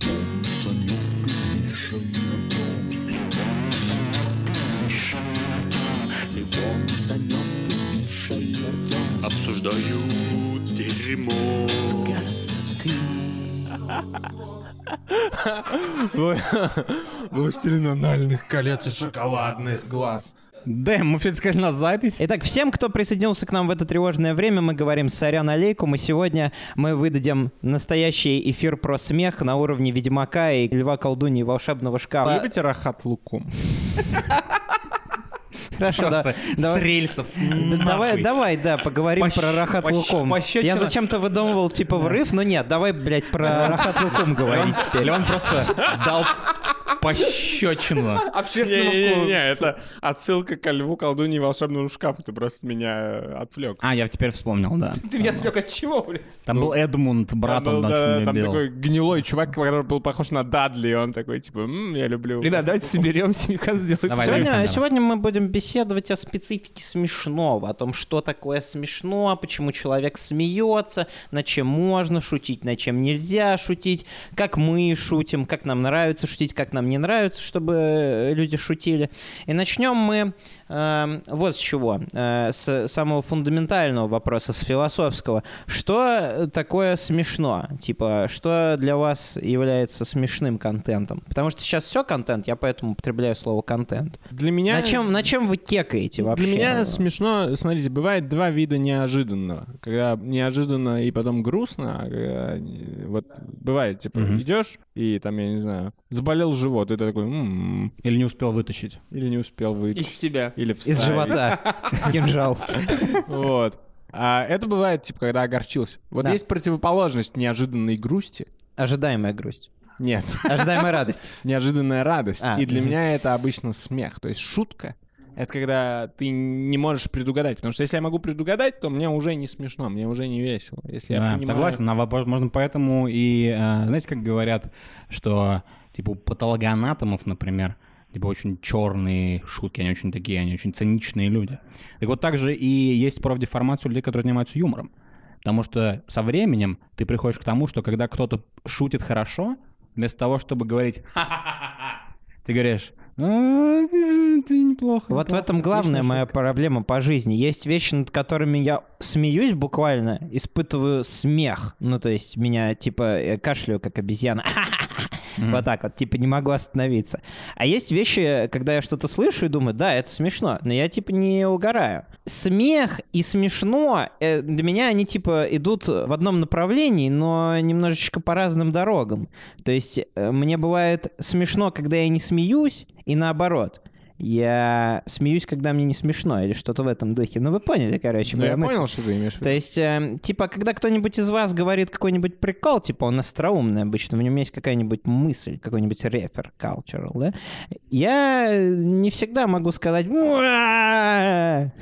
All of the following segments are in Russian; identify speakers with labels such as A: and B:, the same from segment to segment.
A: Левон, Санек и Миша Евдом. Левон, Санек и Миша Евдом.
B: Обсуждают дерьмо.
C: Властелин анальных колец и шоколадных глаз.
D: Дэм, мы все сказали на запись.
E: Итак, всем, кто присоединился к нам в это тревожное время, мы говорим «Сорян, алейкум», и сегодня мы выдадим настоящий эфир про смех на уровне Ведьмака и Льва Колдуньи и Волшебного Шкафа.
D: Любите рахат лукум?
E: Хорошо, да.
D: Просто
E: Давай-
D: с рельсов.
E: Да Давай,
D: нахуй.
E: давай, да, поговорим
D: Пощ-
E: про Рахат
D: пощ-
E: Лукум.
D: пощечина.
E: Я зачем-то выдумывал типа врыв, но нет, давай, блядь, про Рахат Лукум говорить теперь.
D: Или он просто дал пощечину.
B: Не-не-не, это отсылка ко льву, колдуньи и волшебному шкафу. Ты просто меня отвлек.
D: А, я теперь вспомнил, да.
C: Ты меня отвлек от чего, блядь?
D: Там был Эдмунд, брат,
B: Ну. Там
D: он там
B: был, да,
D: что-то
B: там
D: бил.
B: такой гнилой чувак, который был похож на Дадли, и он такой, типа, «М, я люблю.
C: Ребят, давайте соберемся и как сделаем.
D: Давай, Лёха,
E: Сегодня,
D: давай.
E: сегодня мы будем беседовать о специфике смешного, о том, что такое смешно, почему человек смеется, над чем можно шутить, над чем нельзя шутить, как мы шутим, как нам нравится шутить, как нам не нравится, чтобы э, люди шутили. И начнем мы э, вот с чего, э, с самого фундаментального вопроса, с философского. Что э, такое смешно? Типа, что для вас является смешным контентом? Потому что сейчас все контент, я поэтому употребляю слово контент.
B: Для меня...
E: На чем, на чем вы кекаете вообще?
B: Для меня смешно, смотрите, бывает два вида неожиданного. Когда неожиданно и потом грустно, а когда, э, вот бывает, типа, идешь и там, я не знаю, заболел живот, и ты такой, «М,
D: Или не успел вытащить.
B: или не успел выйти,
C: Из себя.
B: или
E: Из
B: вставить».
E: живота. Кинжал.
B: Вот. А это бывает, типа, когда огорчился. Вот
E: Да.
B: есть противоположность неожиданной грусти.
E: Ожидаемая грусть.
B: Нет,
E: Ожидаемая радость.
B: неожиданная радость.
E: А,
B: и для
E: мгм.
B: меня это обычно смех. То есть шутка — это когда ты не можешь предугадать. Потому что если я могу предугадать, то мне уже не смешно, мне уже не весело. Если я
D: Да,
B: понимаю-
D: согласен, а вопрос, можно поэтому и, э, знаете, как говорят, что, типа, у патологоанатомов, например, типа, очень черные шутки, они очень такие, они очень циничные люди. Так вот, также и есть профдеформация у людей, которые занимаются юмором. Потому что со временем ты приходишь к тому, что когда кто-то шутит хорошо, вместо того, чтобы говорить «ха-ха-ха-ха», ты говоришь «А, э, ты неплохо.
E: Вот в
D: неплохо,
E: этом
D: отличная
E: главная моя
D: шутка».
E: проблема по жизни. Есть вещи, над которыми я смеюсь буквально, испытываю смех. Ну, то есть меня, типа, э, кашляю, как обезьяна. Вот так вот, типа, не могу остановиться. А есть вещи, когда я что-то слышу и думаю, да, это смешно, но я, типа, не угораю. Смех и смешно, э, для меня они, типа, идут в одном направлении, но немножечко по разным дорогам. То есть э, мне бывает смешно, когда я не смеюсь, и наоборот. Я смеюсь, когда мне не смешно, или что-то в этом духе. Ну, вы поняли, короче,
B: Ну,
E: мою
B: я
E: мысль.
B: понял, что ты имеешь в
E: То
B: виду.
E: есть, э, типа, когда кто-нибудь из вас говорит какой-нибудь прикол, типа, он остроумный обычно, в нем есть какая-нибудь мысль, какой-нибудь рефер, cultural, да, я э, не всегда могу сказать «Уа!»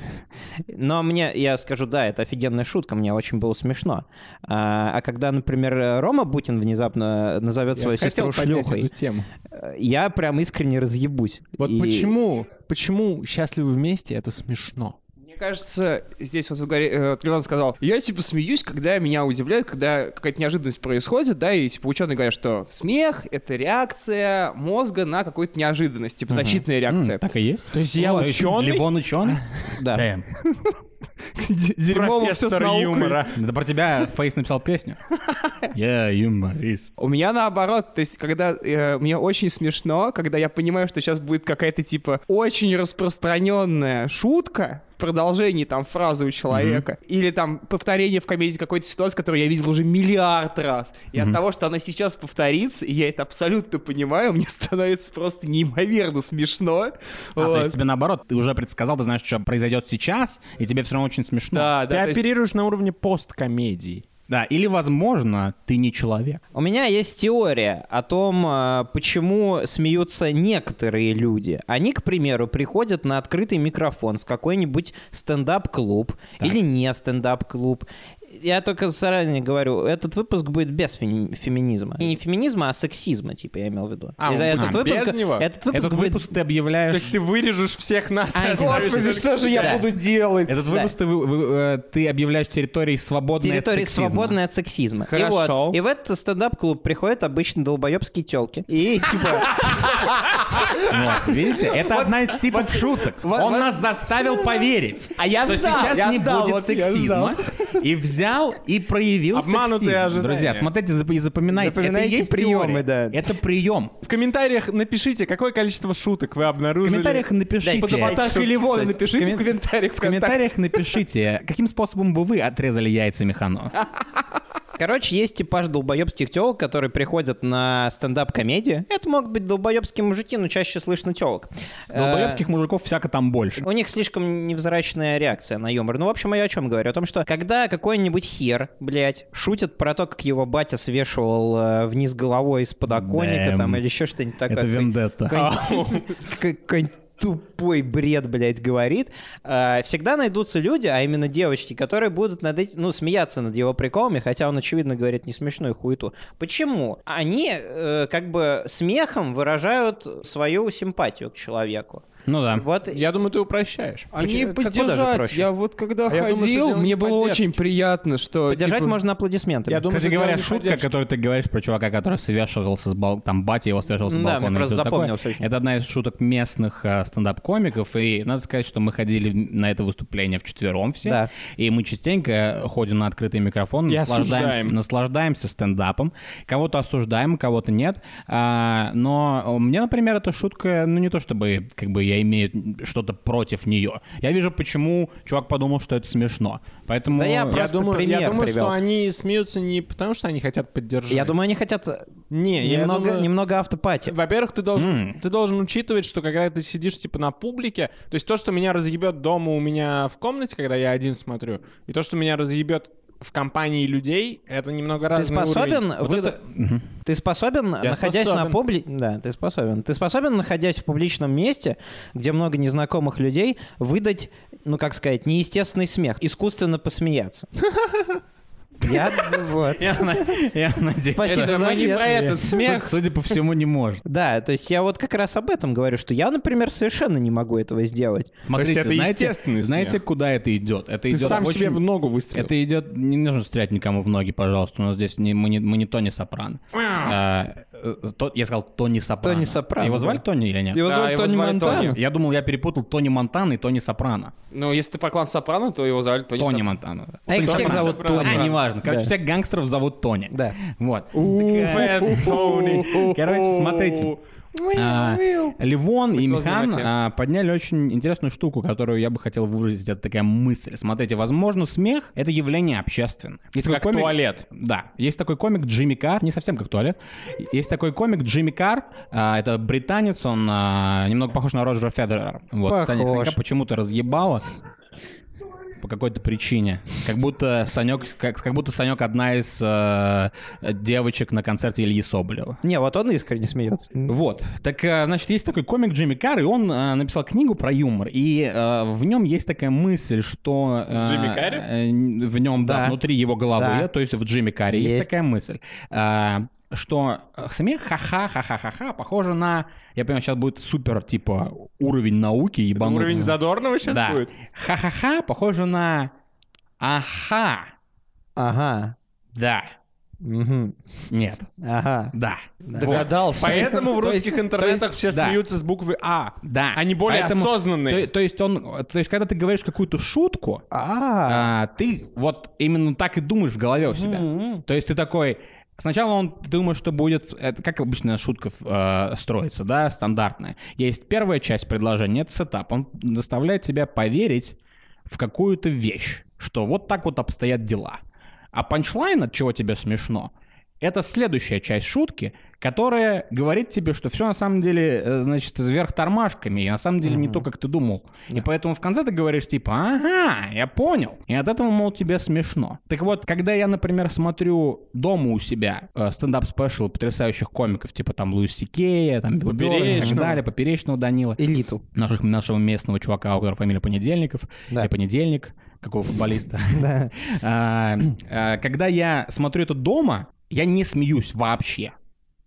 E: но мне, я скажу, да, это офигенная шутка, мне очень было смешно. А, а когда, например, э, Рома Бутин внезапно назовет
B: Я
E: свою
B: хотел
E: сестру
B: поднять эту
E: шлюхой,
B: тему.
E: э, я прям искренне разъебусь.
B: Вот
E: И-
B: почему, почему счастливы вместе это смешно?
C: Мне кажется, здесь вот, в горе- э, вот Леван сказал, я типа смеюсь, когда меня удивляют, когда какая-то неожиданность происходит, да, и типа ученые говорят, что смех — это реакция мозга на какую-то неожиданность, типа защитная
D: М,
C: реакция.
D: Так и есть.
B: То есть я
D: То есть Левон ученый?
E: Да.
D: Damn.
C: Дерьмово всё с наукой.
D: Да про тебя Фейс написал песню. Я юморист.
C: У меня наоборот, то есть, когда э, мне очень смешно, когда я понимаю, что сейчас будет какая-то типа очень распространенная шутка в продолжении там фразы у человека, или там повторение в комедии какой-то ситуации, которую я видел уже миллиард раз. И от того, что она сейчас повторится, и я это абсолютно понимаю, мне становится просто неимоверно смешно.
D: А, то
C: Вот.
D: есть тебе наоборот, ты уже предсказал, ты знаешь, что произойдет сейчас, и тебе все равно очень смешно.
C: Да,
B: Ты
C: да. то есть-
B: оперируешь на уровне посткомедии.
D: Да, или, возможно, ты не человек.
E: У меня есть теория о том, э, почему смеются некоторые люди. Они, к примеру, приходят на открытый микрофон в какой-нибудь стендап-клуб или не стендап-клуб я только заранее говорю, этот выпуск будет без фем- феминизма. Не феминизма, а сексизма, типа, я имел в виду.
B: А,
E: И
B: он-
E: этот,
B: а,
E: выпуск,
B: без него?
E: этот
C: Ну,
E: выпуск
D: Этот
E: будет...
D: выпуск ты
B: То
D: объявляешь...
B: есть ты вырежешь всех нас.
E: Анти-
C: Господи, что же я
E: Да.
C: буду делать?
D: Этот
E: да.
D: выпуск ты, вы- вы- э, ты объявляешь территорией свободной
E: территории
D: от сексизма.
E: свободной от сексизма.
C: Хорошо.
E: И, вот, и в этот стендап-клуб приходят обычно долбоебские телки. И типа,
D: Вот, видите? Это одна из типов шуток.
C: вот-
D: Он
C: вот-
D: нас заставил поверить,
C: А я
D: что
C: ждал,
D: сейчас
C: я
D: не
C: ждал,
D: будет
C: вот я
D: сексизма. И взял и проявил
B: Обманутые
D: сексизм.
B: ожидания.
D: Друзья, смотрите зап- и запоминайте.
E: Запоминайте
D: Это и есть
E: приемы,
D: теория.
E: да.
D: Это прием.
B: В комментариях напишите, какое количество шуток вы
D: В
B: обнаружили.
D: комментариях напишите.
E: пять.
D: В
C: Так, или вон,
E: Кстати,
C: напишите в
D: коммен-
C: комментариях
D: комментариях
C: ВКонтакте.
D: напишите, каким способом бы вы отрезали яйца Механу.
E: короче, есть типаж долбоебских телок, которые приходят на стендап-комедии. Это могут быть долбоебские мужики, но чаще слышно телок.
D: Долбоебских мужиков всяко там больше.
E: У них слишком невзрачная реакция на юмор. Ну, в общем, я о чем говорю? О том, что когда какой-нибудь хер, блядь, шутит про то, как его батя свешивал э, вниз головой из подоконника
D: Да,
E: там
D: эм,
E: или еще что-нибудь такое.
D: Это вендетта.
B: А,
E: какой-нибудь тупой бред, блядь, говорит, э, всегда найдутся люди, а именно девочки, которые будут над этим, ну, смеяться над его приколами, хотя он, очевидно, говорит не смешную хуету. Почему? Они э, как бы смехом выражают свою симпатию к человеку.
D: Ну да.
E: Вот
B: Я думаю, ты упрощаешь.
C: Они
E: Почему- как- куда же
C: А поддержать.
E: проще?
C: Я вот когда
B: А я думаю, что
C: ходил,
B: дело не
C: мне
B: в
C: было
B: поддержке.
C: очень приятно, что...
E: поддержать
C: типа,
E: можно аплодисментами.
B: Я думаю,
D: Кстати
B: что
D: говоря,
B: дело не в
D: шутка,
B: поддержке.
D: которую ты говоришь про чувака, который свешивался с балкона, там батя его свешивался с
E: Да,
D: балкона.
E: мне
D: и
E: просто
D: всё такое,
E: запомнилось очень.
D: Это одна из шуток местных а, стендап-комиков, и надо сказать, что мы ходили на это выступление вчетвером все,
E: Да.
D: и мы частенько ходим на открытый микрофон,
B: И
D: наслаждаемся,
B: осуждаем.
D: наслаждаемся стендапом, кого-то осуждаем, кого-то нет, А, но мне, например, эта шутка, ну не то чтобы как бы я имею что-то против нее, я вижу, почему чувак подумал, что это смешно, поэтому...
E: Да я
B: Я
E: Просто
B: думаю, я
E: пример
B: думаю
E: привел.
B: что они смеются не потому, что они хотят поддержать.
E: Я думаю, они хотят
B: не, я
E: немного,
B: думаю-
E: немного автопати.
B: Во-первых, ты должен, ты должен учитывать, что когда ты сидишь типа на публике, то есть то, что меня разъебет дома у меня в комнате, когда я один смотрю, и то, что меня разъебет в компании людей, это немного
E: Ты
B: разный
E: способен,
B: уровень.
E: вы- ты способен,
B: Я
E: находясь
B: способен.
E: на публи, да, ты способен, ты способен, находясь в публичном месте, где много незнакомых людей, выдать, ну как сказать, неестественный смех, искусственно посмеяться. Я вот.
D: Я на- я надеюсь.
E: Спасибо
D: что-
E: за
C: мы не
E: ответ.
C: про этот
D: Суд-
C: смех.
D: Судя по всему, не может.
E: Да, то есть я вот как раз об этом говорю, что я, например, совершенно не могу этого сделать.
D: Смотрите,
B: это
D: знаете,
B: естественный
D: знаете,
B: смех.
D: куда это идет? Это
B: Ты
D: идет
B: сам
D: очень-
B: себе в ногу выстрелил.
D: Это идет, не нужно стрелять никому в ноги, пожалуйста. У нас здесь не, мы, не, мы не Тони Сопрано. А, э, то- я сказал Тони Сопрано.
E: Тони Сопрано,
D: Его звали
E: да.
D: Тони или нет?
C: Его
B: Да,
C: зовут
B: его
C: Тони
B: звали
C: Монтана.
B: Тони.
D: Я думал, я перепутал Тони Монтана и Тони Сопрано.
C: Ну, если ты про клан Сопрано, то его зовут Тони
D: Тони
C: Сопрано.
D: Монтана. да.
E: А их
D: Тони
E: всех
D: Сопрано.
E: зовут Тони.
D: А, неважно. Короче,
E: Да.
D: всех гангстеров зовут Тони.
E: Да.
D: Вот.
B: Фэн Тони.
D: Короче, смотрите. А, Ливон и
C: Мы кто знает,
D: Михан
C: я.
D: а, подняли очень интересную штуку, которую я бы хотел выразить. Это такая мысль. Смотрите, возможно, смех — это явление общественное. Есть
B: Как туалет.
D: Да. Есть такой комик Джимми Кар, не совсем как туалет. Есть такой комик Джимми Кар, а, это британец, он а, немного похож на Роджера Федерера. Вот, Саня
E: Похож.
D: Санька почему-то разъебало по какой-то причине. Как будто Санек, как, как будто Санек одна из э, девочек на концерте Ильи Соболева.
E: Не, вот он искренне смеется.
D: Вот. Так, а, значит, есть такой комик Джимми Карр, и он а, написал книгу про юмор, и а, в нем есть такая мысль, что... а,
B: Джимми Карре?
D: э, В нем, да,
E: Да.
D: внутри его головы,
E: Да.
D: то есть в Джимми Карре есть,
E: Есть.
D: такая мысль, а, что смех ха-ха-ха-ха-ха-ха похоже на... Я понимаю, сейчас будет супер, типа, уровень науки, ебанутый.
B: Уровень задорного сейчас
D: Да.
B: будет.
D: Ха-ха-ха похоже на... Аха.
E: Ага.
D: Да.
E: Мгм.
D: Нет.
E: Ага.
D: Да.
E: Догадался.
B: Поэтому в
D: То
B: русских
D: есть- то
B: интернетах
D: есть,
B: все
D: да.
B: смеются с буквы А.
D: Да.
B: Они более
D: Поэтому-
B: осознанные.
D: То, то есть он, то есть когда ты говоришь какую-то шутку,
E: А.
D: а, ты вот именно так и думаешь в голове у себя. То есть ты такой, сначала он думает, что будет, это как обычно шутка э, строится, да, стандартная. Есть первая часть предложения, это сетап, он заставляет тебя поверить в какую-то вещь, что вот так вот обстоят дела. А панчлайн, от чего тебе смешно, это следующая часть шутки, которая говорит тебе, что все на самом деле, э, значит, вверх тормашками, и на самом деле не то, как ты думал. И поэтому в конце ты говоришь типа, ага, я понял. И от этого, мол, тебе смешно. Так вот, когда я, например, смотрю дома у себя э, стендап-спешл потрясающих комиков, типа там Луис Сикея, там Билла Бёрра и так
B: Поперечного.
D: далее, Поперечного Данила,
E: Элиту.
D: наших- нашего местного чувака, у которого фамилия Понедельников,
E: Да.
D: или Понедельник, какого футболиста. А, а, Когда я смотрю это дома, я не смеюсь вообще.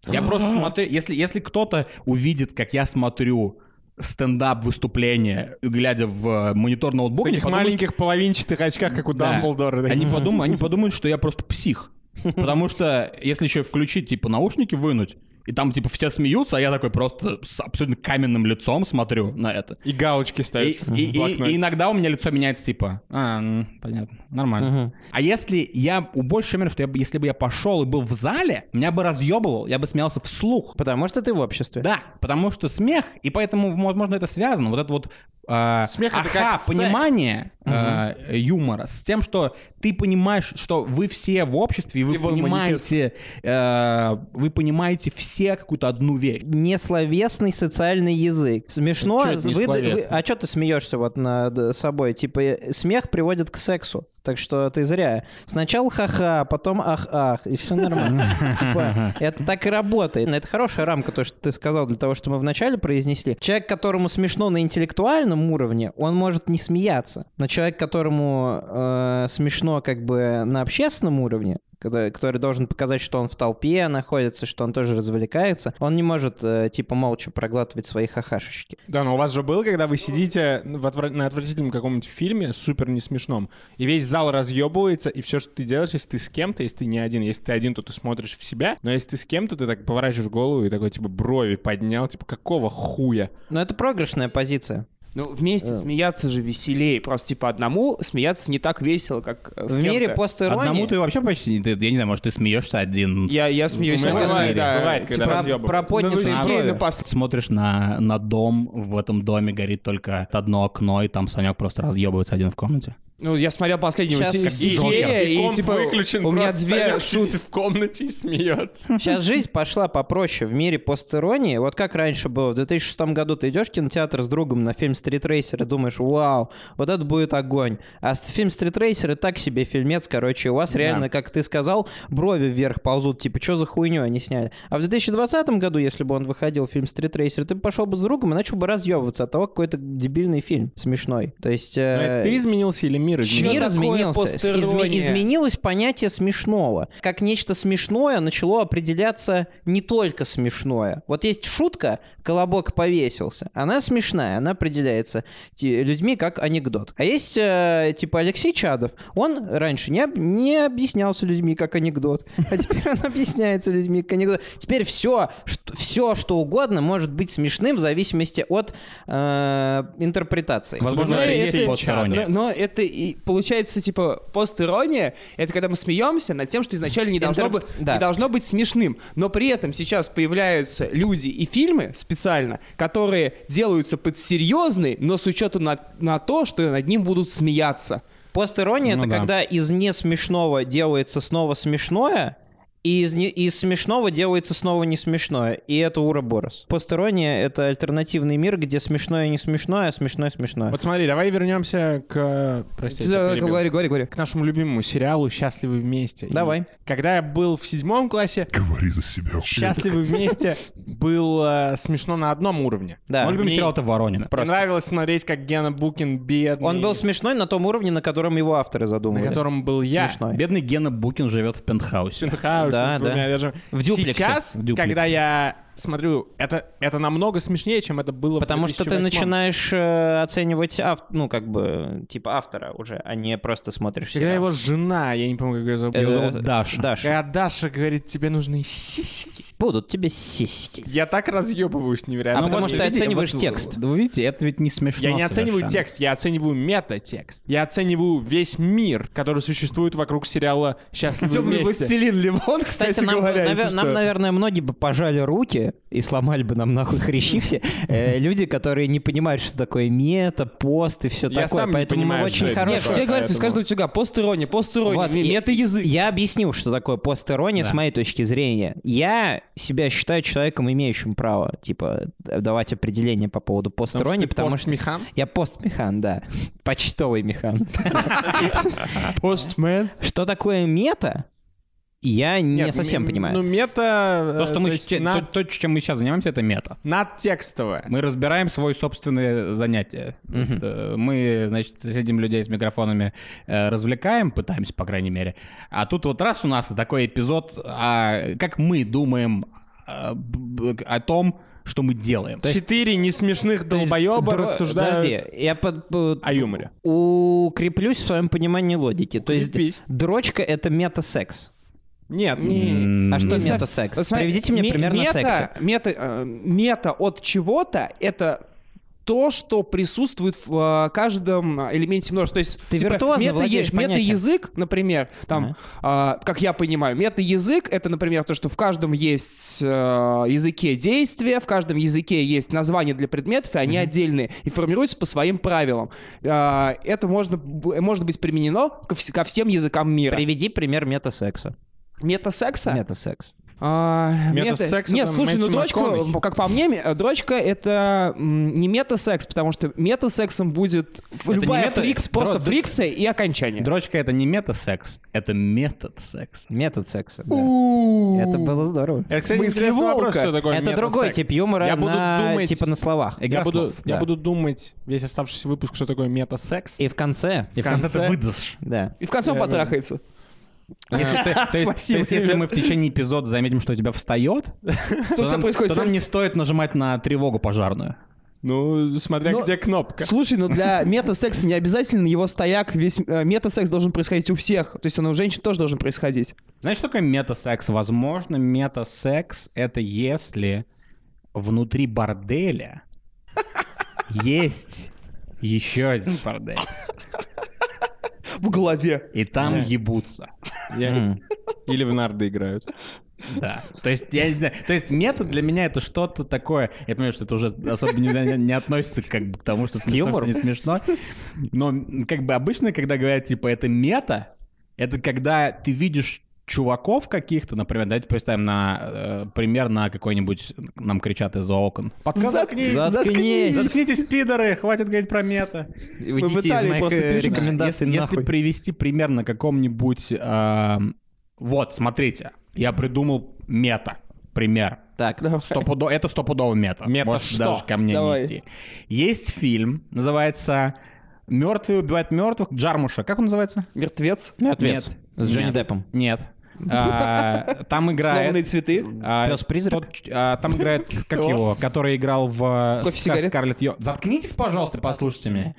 D: Я просто смотрю, если, если кто-то увидит, как я смотрю стендап выступление, глядя в э, монитор
B: В
D: ноутбука, они
B: таких
D: подумают,
B: маленьких половинчатых очках, как у
D: Да.
B: Дамблдора. да.
D: Они, подум- они подумают, что я просто псих. Потому что если еще включить, типа, наушники вынуть, и там, типа, все смеются, а я такой просто с абсолютно каменным лицом смотрю на это.
B: И галочки
D: И,
B: ставят в
D: и- и-
B: блокноте.
D: и иногда у меня лицо меняется, типа, а, м, понятно, нормально. А если я, у большей меры, что я, бы- если бы я пошел и был в зале, меня бы разъебывал, я бы смеялся вслух.
E: Потому что ты в обществе.
D: Да, потому что смех, и поэтому, возможно, это связано. Вот это вот э,
B: Смех это
D: аха,
B: как секс.
D: понимание э, юмора с тем, что ты понимаешь, что вы все в обществе, и вы
C: Его
D: понимаете, э, вы понимаете все какую-то одну вещь.
E: несловесный социальный язык. Смешно.
D: Чё это
E: вы-
D: несловесный?
E: вы- а что ты смеешься вот над э, собой? Типа э, смех приводит к сексу. Так что ты зря. Сначала ха-ха, потом ах-ах, и все нормально. Типа, это так и работает. Но Это хорошая рамка, то, что ты сказал, для того, что мы вначале произнесли. Человек, которому смешно на интеллектуальном уровне, он может не смеяться. Но человек, которому э, смешно как бы на общественном уровне, когда, который должен показать, что он в толпе находится, что он тоже развлекается, он не может, э, типа, молча проглатывать свои хахашечки.
B: Да, но у вас же было, когда вы сидите в отвра- на отвратительном каком-нибудь фильме, супер несмешном, и весь зал разъебывается, и все, что ты делаешь, если ты с кем-то, если ты не один, если ты один, то ты смотришь в себя, но если ты с кем-то, ты так поворачиваешь голову и такой, типа, брови поднял, типа, какого хуя?
E: Но это проигрышная позиция.
C: Ну, вместе
E: Да.
C: смеяться же веселее. Просто, типа, одному смеяться не так весело, как э, с
E: в мире
C: кем-то.
E: постиронии...
D: Одному ты вообще почти, не- ты- я не знаю, может, ты смеешься один.
C: Я, я смеюсь
B: Ну,
C: один,
B: бывает,
C: да.
B: бывает, когда
C: Типа,
B: разъёбывают.
C: про поднятые
D: Ну, вы
C: брови.
E: сидели,
C: Пос-
D: Смотришь на, на дом, в этом доме горит только одно окно, и там Санек просто разъебывается один в комнате.
C: Ну, я смотрел последнего
E: Щас
C: се-
E: как
C: Сергея, и,
B: комп
C: типа,
B: выключен,
C: у меня
B: просто
C: две
B: Санёк
C: шутки.
B: сидит в комнате и смеется.
E: Сейчас жизнь пошла попроще в мире постиронии. Вот как раньше было, в 2006 году ты идешь в кинотеатр с другом на фильм «Стритрейсер» и думаешь, вау, вот это будет огонь. А с- фильм «Стритрейсер» и так себе фильмец, короче, у вас реально, как ты сказал, брови вверх ползут, типа, что за хуйню они сняли. А в 2020 году, если бы он выходил, фильм «Стритрейсер», ты бы пошел бы с другом и начал бы разъебываться от того, какой то дебильный фильм смешной. То есть... э,
B: Ты изменился или мир
C: Чё
B: изменился?
E: Мир
C: такое
E: изменился. С- изме-
C: постерония?
E: изменилось понятие смешного. Как нечто смешное начало определяться не только смешное. Вот есть шутка «Колобок повесился». Она смешная, она определяется те- людьми как анекдот. А есть, э, типа, Алексей Чадов. Он раньше не, об- не объяснялся людьми как анекдот. А теперь он объясняется людьми как анекдот. Теперь все, все, что угодно может быть смешным в зависимости от э, интерпретации.
D: Возможно,
C: Ну,
D: это и
C: это
D: есть
C: чат.
D: посторонний.
C: Но, но ну, это и получается, типа, постирония — это когда мы смеемся над тем, что изначально не должно,
E: Интерп-
C: бы,
E: да.
C: не должно быть смешным. Но при этом сейчас появляются люди и фильмы специально, которые делаются под серьезный, но с учетом на, на то, что над ним будут смеяться.
E: Постерония
D: Ну
E: это
D: да.
E: когда из несмешного делается снова смешное, и из, не- из смешного делается снова не смешное. И это Ураборос. Постерония — это альтернативный мир, где смешное не смешное, а смешное смешное.
B: Ну, Вот смотри, давай вернемся к... Прости, я тебя
C: Да,
B: перебил.
C: Говори, говори, говори.
B: к нашему любимому сериалу «Счастливы вместе». И
E: Давай.
B: когда я был в седьмом классе,
A: Говори за себя.
B: «Счастливы вместе» было э, смешно на одном уровне.
E: Да.
D: Мой любимый
B: мне-
D: сериал — это «Воронина».
B: Мне нравилось смотреть, как Гена Букин бедный,
E: Он был смешной на том уровне, на котором его авторы
B: на
E: задумывали.
B: котором был я.
E: Смешной.
D: Бедный Гена Букин живет в пентхаусе.
B: Пентхаус
E: Да,
B: с двумя
E: да.
B: этажами.
E: В дюплексе.
B: Сейчас,
D: В дюплексе.
B: когда я смотрю, это, это намного смешнее, чем это было
E: Потому
B: в
E: что ты
B: 2008.
E: начинаешь э, оценивать, ав- ну, как бы, типа автора уже, а не просто смотришь
B: Когда
E: сериал.
B: его жена, я не помню, как ее зовут,
E: Э,
D: Его зовут Даша.
E: Даша.
B: когда а Даша говорит, тебе нужны сиськи,
E: Будут тебе сиськи.
B: я так разъебываюсь
E: А
B: невероятно.
E: потому
D: вот
E: что ты
D: видите,
E: оцениваешь
D: вот
E: текст.
D: Вы видите, это ведь не смешно
B: Я не оцениваю
D: совершенно.
B: текст, я оцениваю метатекст. Я оцениваю весь мир, который существует вокруг сериала «Счастливы
C: Темный
B: вместе».
C: властелин Ливон, кстати,
E: Кстати, нам,
C: говоря,
E: навер-
C: если
E: нам,
C: что.
E: наверное, многие бы пожали руки и сломали бы нам нахуй хрящи все. э, люди, которые не понимают, что такое мета, пост и все
B: Я
E: такое.
B: сам не
E: Поэтому мы
B: понимаю, что
E: очень
B: это
E: хорошие.
C: Нет, все говорят из
B: Поэтому-
C: каждого утюга, постерония, постерония,
E: Вот, и-
C: мета-язык.
E: Я объяснил, что такое постерония с моей точки зрения. Я себя считаю человеком, имеющим право, типа, давать определение по поводу постеронии, потому что...
B: механ.
E: Я постмехан, да. Почтовый механ.
C: Постмен.
E: Что такое мета? Я не
B: Нет,
E: совсем
B: м-
E: понимаю.
B: Ну, мета... э,
D: То, что мы,
B: есть
D: щ-
B: над-
D: то, то, чем мы сейчас занимаемся, это мета.
B: надтекстовое.
D: Мы разбираем свое собственное занятие. Это э, Мы, значит, сидим людей с микрофонами, э, развлекаем, пытаемся, по крайней мере. А тут вот раз у нас такой эпизод, а как мы думаем а, б- б- о том, что мы делаем.
B: Четыре несмешных
E: То есть,
B: долбоеба
E: др-
B: рассуждают
E: Подожди, я под- под-
B: о юморе.
E: укреплюсь в своем понимании логики. То есть
B: Укрепись.
E: дрочка — это мета-секс.
B: Нет,
E: А что
C: Не совсем.
E: мета-секс?
C: Вот смотри,
E: Приведите мне
C: ме-
E: пример на
C: мета-
E: сексе.
C: Мета, э, мета от чего-то — это то, что присутствует в э, каждом элементе множества. То есть, типа,
E: Ты виртуозно владеешь понятием.
C: мета-язык, например, там, э, как я понимаю, мета-язык — это, например, то, что в каждом есть э, языке действия, в каждом языке есть названия для предметов, и они отдельные, и формируются по своим правилам. Э, это можно, б- может быть применено ко, вс- ко всем языкам мира.
E: Приведи пример мета-секса.
C: Мета-секса?
E: Мета-секс.
C: А,
B: Мета-секс
C: Нет,
B: это
C: слушай, ну
B: Мэтью
C: дрочка,
B: МакКонахи.
C: как по мне, м, дрочка это м, не мета-секс, потому что мета-сексом будет
D: не
C: любая
D: мета,
C: фрикс, просто
D: дро-
C: фрикция и окончание.
D: Дрочка — это не мета-секс, это метод секса.
E: Метод секса, да. Это было здорово.
B: Это, кстати, интересный
C: Мыслеволка.
B: вопрос, что такое
E: Это другой
B: мета-секс.
E: тип юмора,
B: Я буду
E: на-
B: думать-
E: типа на словах.
D: Игра
B: Я буду,
D: слов,
B: я
D: да.
B: буду думать весь оставшийся выпуск, что такое мета-секс.
E: И в конце...
D: И в конце ты выдашь.
E: Да.
C: И в конце он потрахается.
D: Если ты- то есть- то
C: Спасибо
D: есть,
C: тебе.
D: если мы в течение эпизода заметим, что у тебя встает,
C: Тут
D: то
C: все
D: нам-
C: происходит
D: то нам не
C: секс.
D: стоит нажимать на тревогу пожарную.
B: Ну, смотря
C: Но-
B: где кнопка.
C: Слушай, ну для мета-секса не обязательно его стояк, весь э, мета-секс должен происходить у всех. То есть он и у женщин тоже должен происходить.
D: Знаешь, что такое мета-секс? Возможно, мета-секс — это если внутри борделя есть еще один бордель,
C: В голове.
D: и там ебутся.
B: Я- Или в нарды играют.
D: Да. То есть, я не знаю, то есть мета для меня это что-то такое. Я понимаю, что это уже особо не, не- не относится как бы к тому, что смешно,
E: юмору.
D: что не смешно. Но м, как бы обычно, когда говорят, типа, это мета, это когда ты видишь чуваков каких-то, например, давайте представим на э, пример на какой-нибудь, нам кричат из-за окон.
C: Заткнись.
E: Заткнись.
D: Заткнитесь, пидоры, хватит говорить про мета.
E: Уйдите из
C: Италии
E: моих,
C: просто
E: э,
C: пишем.
E: рекомендаций
D: Если, если
E: нахуй.
D: привести пример на каком-нибудь... э, вот, смотрите, я придумал мета пример.
E: Так,
D: Стопудо- Это стопудово мета.
B: Мета
D: Можешь
B: что?
D: даже ко мне
C: Давай.
D: не идти. Есть фильм, называется «Мертвые убивают мертвых». Джармуша. Как он называется?
C: Мертвец.
E: ответ.
D: Нет.
E: С Джонни
D: Нет.
E: Деппом.
D: Нет. А, Там
C: Сломанные
D: играет...
C: цветы.
D: а,
E: Пёс-призрак?
D: тот, а, Там играет, как
B: Кто?
D: его, который играл в... э,
C: Кофе,
D: со
C: сигарет?
D: Скарлетт Йо- Заткнитесь, пожалуйста, послушайте меня.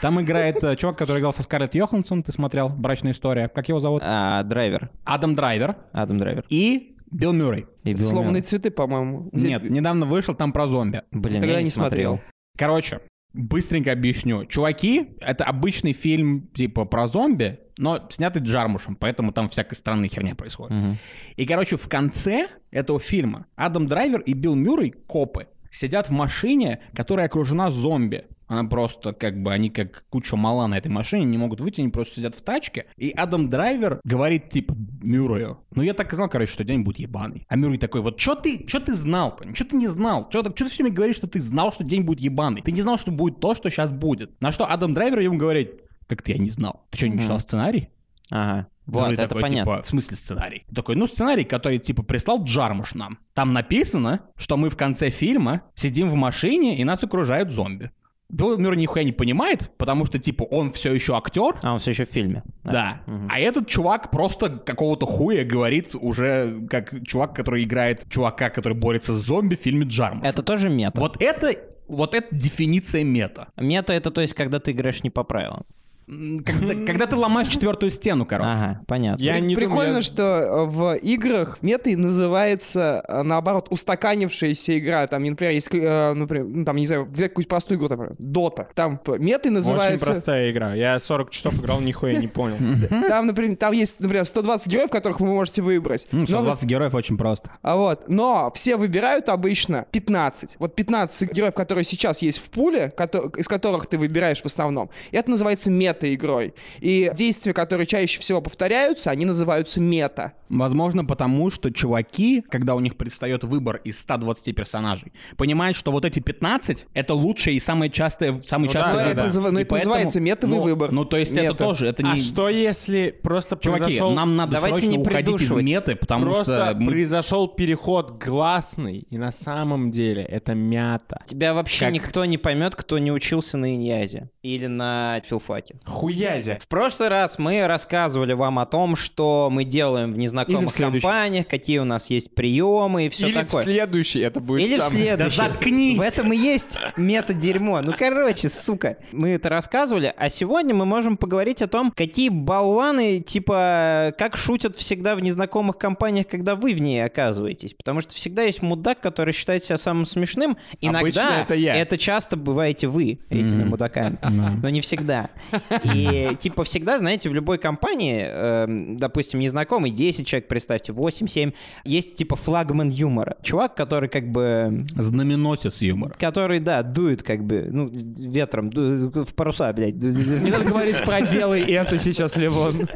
D: Там играет э, чувак, который играл со Скарлетт Йоханссон, ты смотрел, «Брачная история». Как его зовут?
E: А, Драйвер.
D: Адам Драйвер
E: Адам Драйвер.
D: и Билл Мюррей.
E: И Билл
C: Сломанные
E: Мюррей.
C: цветы, по-моему.
D: Нет, недавно вышел там про зомби.
E: Блин,
C: Тогда
E: я не
C: не смотрел.
E: смотрел.
D: Короче, быстренько объясню. Чуваки, это обычный фильм типа про зомби, но снятый Джармушем, поэтому там всякая странная херня происходит.
E: Мгм.
D: И, короче, в конце этого фильма Адам Драйвер и Билл Мюррей, копы, сидят в машине, которая окружена зомби. Она просто как бы, они как куча мала на этой машине, не могут выйти, они просто сидят в тачке. И Адам Драйвер говорит, типа, Мюррею, ну я так и знал, короче, что день будет ебаный. А Мюррей такой, вот что ты, что ты знал, что ты не знал? Что ты, чё ты все время говоришь, что ты знал, что день будет ебаный? Ты не знал, что будет то, что сейчас будет. На что Адам Драйвер ему говорит, как ты, я не знал. Ты что, не читал сценарий?
E: Ага.
D: Ну,
E: Вот,
D: и
E: это
D: такой,
E: понятно.
D: типа, в смысле сценарий? И Такой, ну, сценарий, который, типа, прислал Джармуш нам. Там написано, что мы в конце фильма сидим в машине, и нас окружают зомби. Билл Мюррей нихуя не понимает, потому что, типа, он все еще актер,
E: А, он все еще в фильме.
D: да.
E: Мгм.
D: А этот чувак просто какого-то хуя говорит уже как чувак, который играет чувака, который борется с зомби в фильме Джармуш.
E: Это тоже мета.
D: Вот это, вот это дефиниция мета.
E: Мета это то есть, когда ты играешь не по правилам.
D: М, Когда, когда ты ломаешь четвертую стену, короче.
E: Ага, понятно.
B: Я не думаю,
C: Прикольно,
B: я-
C: что э, в играх метой называется, э, наоборот, устаканившаяся игра. Там, например, есть, э, например, ну, там, не знаю, взять какую-нибудь простую игру, например, Дота. Там п- метой
B: Очень
C: называется...
B: простая игра. Я 40 часов играл, нихуя не понял.
C: Там, например, там есть, например, 120 героев, которых вы можете выбрать.
B: Ну,
D: М,
C: Но вы-
D: 120 Ну, героев очень просто.
C: а вот. Но все выбирают обычно 15. Вот 15 героев, которые сейчас есть в пуле, кото- из которых ты выбираешь в основном. Это называется мета-игрой. И действия, которые чаще всего повторяются, они называются мета.
D: Возможно, потому что чуваки, когда у них предстает выбор из 120 персонажей, понимают, что вот эти 15 — это лучшее и самое частое, самый
B: Ну да,
D: частый
B: да,
D: выбор.
B: да.
C: Это называ- ну,
D: И
C: это называется метовый
D: ну,
C: выбор.
D: Ну, то есть
C: Мета.
D: это тоже, это
B: А
D: не...
B: что если просто
D: Чуваки,
B: произошел...
D: нам надо
E: Давайте
D: срочно
E: не
D: уходить из
E: придушивать.
D: меты, потому
B: Просто
D: что... мы-
B: произошел переход гласный, и на самом деле это мята.
E: Тебя вообще
D: Как?
E: никто не поймет, кто не учился на Иньязе или на Филфаке.
B: Хуязя.
E: В прошлый раз мы рассказывали вам о том, что мы делаем в
C: Или
E: незнакомых
C: в следующий.
E: компаниях, какие у нас есть приемы и все
B: Или в
E: такое.
B: следующий это будет
E: Или в
B: самый-
D: Да
E: следующий.
D: заткнись!
E: В этом и есть мета-дерьмо. Ну, короче, сука. Мы это рассказывали, а сегодня мы можем поговорить о том, какие болваны, типа, как шутят всегда в незнакомых компаниях, когда вы в ней оказываетесь. Потому что всегда есть мудак, который считает себя самым смешным. Иногда
B: Обычно это я.
E: часто бываете вы этими
D: Мгм.
E: мудаками. Но не всегда. И типа всегда, знаете, в любой компании, эм, допустим, незнакомый, 10 человек, представьте, 8-7, есть типа флагман юмора. Чувак, который как бы
D: Знаменосец юмора.
E: который, да, дует как бы, ну, ветром, ду- в паруса, блядь. ду- ду-
C: Не
E: ду-
C: надо говорить про дело и это сейчас, Левон.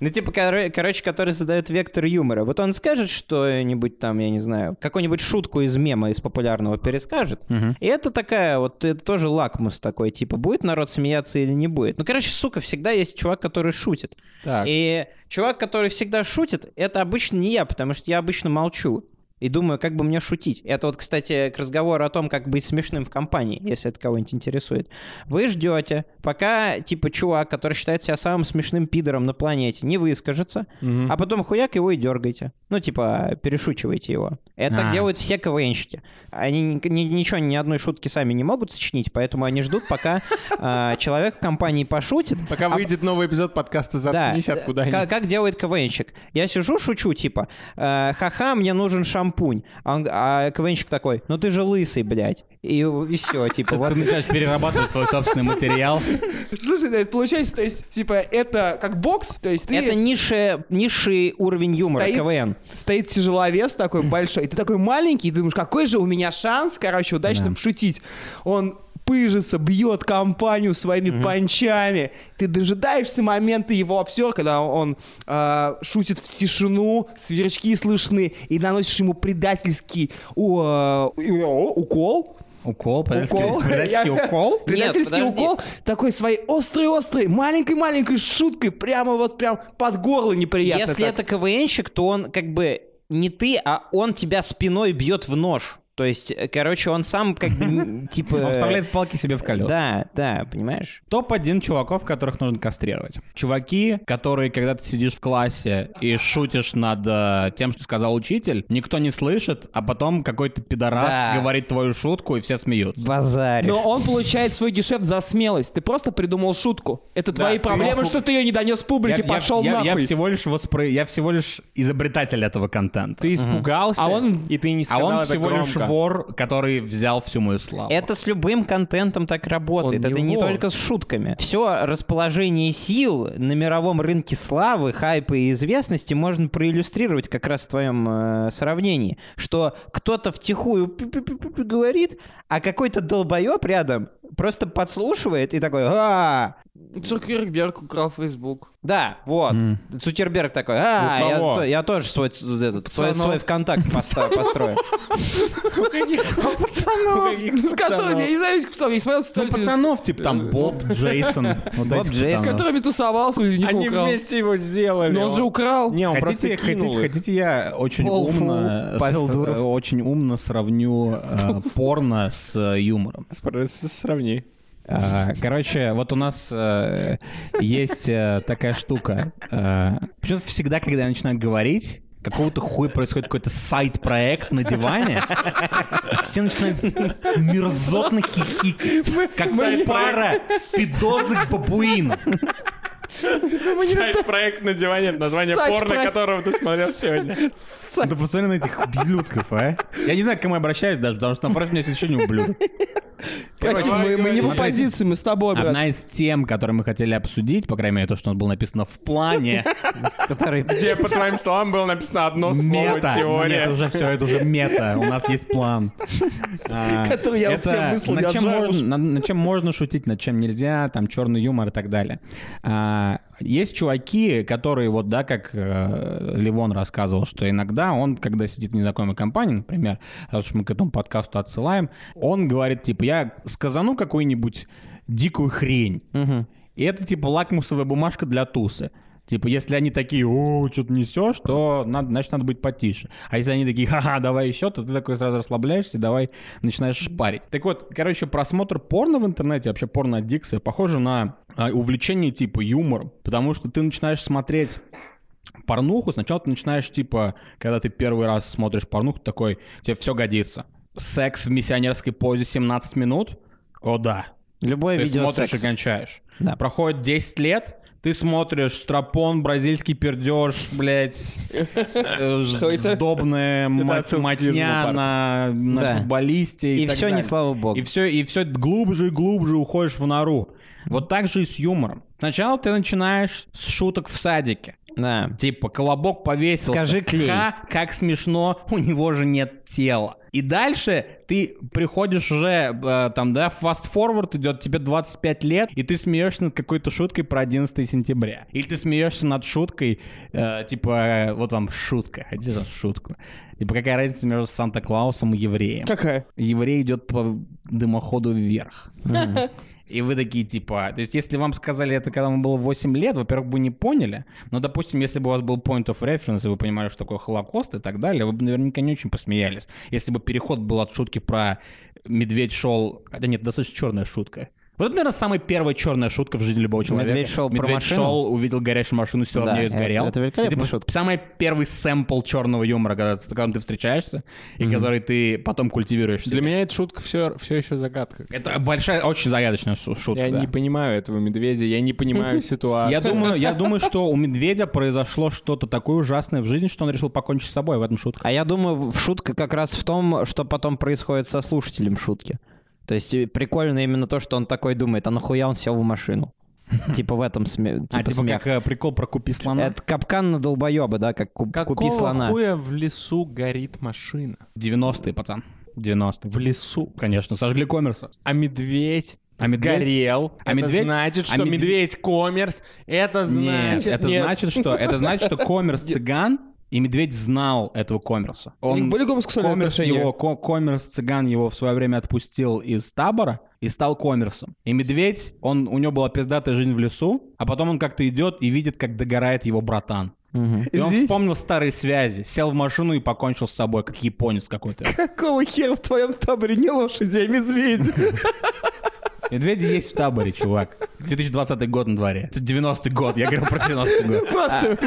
E: Ну, типа, коро- короче, который задает вектор юмора. Вот он скажет что-нибудь там, я не знаю, какую-нибудь шутку из мема, из популярного перескажет. И это такая вот, это тоже лакмус такой, типа, будет народ смеяться или не будет. Ну, короче, сука, всегда есть чувак, который шутит.
B: Так.
E: И чувак, который всегда шутит, это обычно не я, потому что я обычно молчу. И думаю, как бы мне шутить. Это вот, кстати, к разговору о том, как быть смешным в компании, если это кого-нибудь интересует. Вы ждете, пока, типа, чувак, который считает себя самым смешным пидором на планете, не выскажется,
B: Мгм.
E: а потом хуяк его и дергаете. Ну, типа, перешучиваете его. Это так
D: А. делают
E: делают все КВНщики. Они ни- ни- ничего, ни одной шутки сами не могут сочинить, поэтому они ждут, пока а, человек в компании пошутит,
B: Пока
E: а-
B: выйдет новый эпизод подкаста «Заткнись»
E: да,
B: откуда
E: э, ка-
B: они.
E: Как, делает КВНщик? Я сижу, шучу, типа, э, ха-ха, мне нужен шампунь. А, он г- а КВНщик такой, ну ты же лысый, блядь. И, все, типа,
D: Ты
E: вот.
D: начинаешь перерабатывать свой собственный материал.
C: Слушай, да, это получается, то есть, типа, это как бокс, то есть ты...
E: Это низшая- низший уровень юмора,
C: Стоит-
E: КВН.
C: стоит тяжеловес такой большой, и ты такой маленький, и думаешь, какой же у меня шанс, короче, удачно
D: Да.
C: пошутить. Он пыжится, бьет компанию своими панчами. Ты дожидаешься момента его обсер, когда он э, шутит в тишину, сверчки слышны, и наносишь ему предательский у- э, укол.
D: Укол,
C: Укол.
D: предательский
C: Я-
D: укол.
C: Предательский
E: подожди.
C: укол такой своей острый-острый, маленькой-маленькой шуткой, прямо вот прям под горло неприятно.
E: Если
C: так.
E: это КВНщик, то он как бы не ты, а он тебя спиной бьет в нож. То есть, э, короче, он сам как бы, м, типа...
D: Он вставляет палки себе в колеса.
E: Да, да, понимаешь?
D: Топ-1 чуваков, которых нужно кастрировать. Чуваки, которые, когда ты сидишь в классе и шутишь над э, тем, что сказал учитель, никто не слышит, а потом какой-то пидорас
E: Да.
D: говорит твою шутку, и все смеются.
E: Базарь.
C: Но он получает свой гешефт за смелость. Ты просто придумал шутку. Это твои
B: ты-
C: проблемы, что ты ее не донес публике, пошел
D: я- я
C: нахуй.
D: всего лишь воспро... я всего лишь изобретатель этого контента.
B: Ты испугался,
C: А он-
B: и ты не
D: А
B: сказал
D: он
B: это
D: всего лишь
B: громко.
D: вор, который взял всю мою славу.
E: Это с любым контентом так работает.
D: А Он не
E: это не
D: вор.
E: только с шутками. Все расположение сил на мировом рынке славы, хайпа и известности можно проиллюстрировать как раз в твоем э, сравнении. Что кто-то втихую пи-пи-пи-пи говорит, а какой-то долбоеб рядом просто подслушивает и такой «А!»
C: Цукерберг украл Facebook.
E: Да, вот. Цутерберг такой, а,
B: У
E: я,
B: кого?
E: то- я тоже свой, ц- этот, свой,
C: пацанов.
E: свой ВКонтакт поста- построю.
C: С которыми, я не знаю, с которыми я смотрел
D: Ну,
C: социальные сети,
D: пацанов, типа там Боб, Джейсон. вот
E: Боб
D: этих
E: Джейсон.
C: с
D: пацанов.
C: которыми тусовался, у них
B: Они
C: украл.
B: вместе его сделали.
C: Но он же украл.
B: Не, он
D: Хотите,
B: просто кинул
D: хотите,
B: их.
D: хотите, я очень
E: Пол
D: умно,
E: Фул, Павел
D: с-
E: Дуров.
D: э, очень умно сравню э, порно с э, юмором.
B: Спро- с- Сравни.
D: А, Короче, вот у нас э, есть э, такая штука. Э, Почему-то всегда, когда я начинаю говорить, какого-то хуя происходит какой-то сайт-проект на диване, все начинают мерзотно хихикать, как пара пидозных бабуинов.
B: Сайт-проект на диване, название
C: Сайт-
B: порно,
C: проект.
B: которого ты смотрел сегодня.
D: Ты посмотри на этих ублюдков, а. Я не знаю, к кому я обращаюсь даже, потому что напротив меня сидит еще не ублюдок.
C: Прости, мы, мы не в
D: Смотрите.
C: оппозиции, мы с тобой, брат.
D: Одна из тем, которые мы хотели обсудить, по крайней мере, то, что у нас было написано в плане,
E: который...
B: Где, по твоим словам, было написано одно слово
D: мета. Ну, Нет, это
B: «теория».
D: уже все, это уже мета. У нас есть план. А,
C: Который я
D: это
C: всем выслал, я
D: над чем,
C: отжал.
D: можно, над- над чем можно шутить, над чем нельзя, там черный юмор и так далее. А, есть чуваки, которые вот, да, как э, Левон рассказывал, что иногда он, когда сидит в незнакомой компании, например, раз уж мы к этому подкасту отсылаем, он говорит, типа, я сказану какую-нибудь дикую хрень. И это типа лакмусовая бумажка для тусы. Типа, если они такие, о, что-то несешь, то надо, значит, надо быть потише. А если они такие, ха-ха, давай еще, то ты такой сразу расслабляешься и давай начинаешь шпарить. Так вот, короче, просмотр порно в интернете, вообще порно-аддикция, похоже на а, увлечение типа юмором. Потому что ты начинаешь смотреть порнуху, сначала ты начинаешь, типа, когда ты первый раз смотришь порнуху, ты такой, тебе все годится. Секс в миссионерской позе 17 минут? О, да.
E: Любое
D: Ты
E: видео
D: смотришь
E: секс.
D: и кончаешь.
E: Да.
D: Проходит 10 лет, ты смотришь стропон, бразильский пердеж, блядь, э,
C: Что это?
D: сдобная мать-
B: отсылка к Южному
D: матня
B: парку.
D: на на
E: Да.
D: футболисте.
E: И
D: так
E: все, не
D: далее.
E: слава богу.
D: И все, и все глубже и глубже уходишь в нору. Вот так же и с юмором. Сначала ты начинаешь с шуток в садике.
E: Да.
D: Типа, колобок повесился.
E: Скажи клей.
D: Ха, как смешно, у него же нет тела. И дальше ты приходишь уже, э, там, да, фаст-форвард идет, тебе 25 лет, и ты смеешься над какой-то шуткой про 11 сентября. Или ты смеешься над шуткой, э, типа, э, вот вам шутка, хотите за шутку. Типа, какая разница между Санта-Клаусом и евреем?
C: Какая?
D: еврей идет по дымоходу вверх. И вы такие типа, то есть если вам сказали это, когда вам было 8 лет, во-первых, вы не поняли, но, допустим, если бы у вас был point of reference, и вы понимали, что такое Холокост и так далее, вы бы наверняка не очень посмеялись. Если бы переход был от шутки про медведь шел... Хотя нет, достаточно черная шутка. Вот это, наверное, самая первая черная шутка в жизни любого человека.
E: Медведь шел про машину?
D: шел, увидел горящую машину, сел в
E: Да,
D: нее и
E: это-
D: сгорел.
E: это великолепная
D: И, типа,
E: шутка.
D: Самый первый сэмпл черного юмора, когда, с которым ты встречаешься, и который ты потом культивируешь. в себе.
B: Для меня эта шутка все, все еще загадка.
D: Это большая, очень загадочная шу- шутка.
B: Я
D: да.
B: не понимаю этого медведя, я не понимаю ситуацию.
D: Я думаю, я думаю, что у медведя произошло что-то такое ужасное в жизни, что он решил покончить с собой. В этом шутка.
E: А я думаю, в- шутка как раз в том, что потом происходит со слушателем шутки. То есть э, прикольно именно то, что он такой думает, а нахуя он сел в машину? Типа в этом
D: А,
E: сме- типа
D: типа
E: смех.
D: как э, прикол про купи слона.
E: Это капкан на долбоеба, да, как ку- купи слона.
B: хуя в лесу горит машина?
D: 90-е, пацан. 90-е.
B: В лесу.
D: Конечно, сожгли коммерса.
B: А медведь
D: А медведь-
B: сгорел.
D: а
B: это
D: медведь-
B: значит,
D: а
B: что
D: медведь-
B: медведь коммерс. Это
D: Нет,
B: значит...
D: это
B: Нет.
D: значит что? Это значит, что коммерс цыган и медведь знал этого коммерса.
C: У них
D: Он
C: были гомосексуальные
D: коммерс
C: отношения?
D: его, ко- коммерс цыган его в свое время отпустил из табора и стал коммерсом. И медведь, он, у него была пиздатая жизнь в лесу, а потом он как-то идет и видит, как догорает его братан.
E: Мгм.
D: И он
C: Здесь-
D: вспомнил старые связи, сел в машину и покончил с собой, как японец какой-то.
C: Какого хера в твоем таборе не лошади, а медведи?
D: Медведи есть в таборе, чувак. 2020 год на дворе. Это 90-й год, я говорил про 90-й год.
C: Просто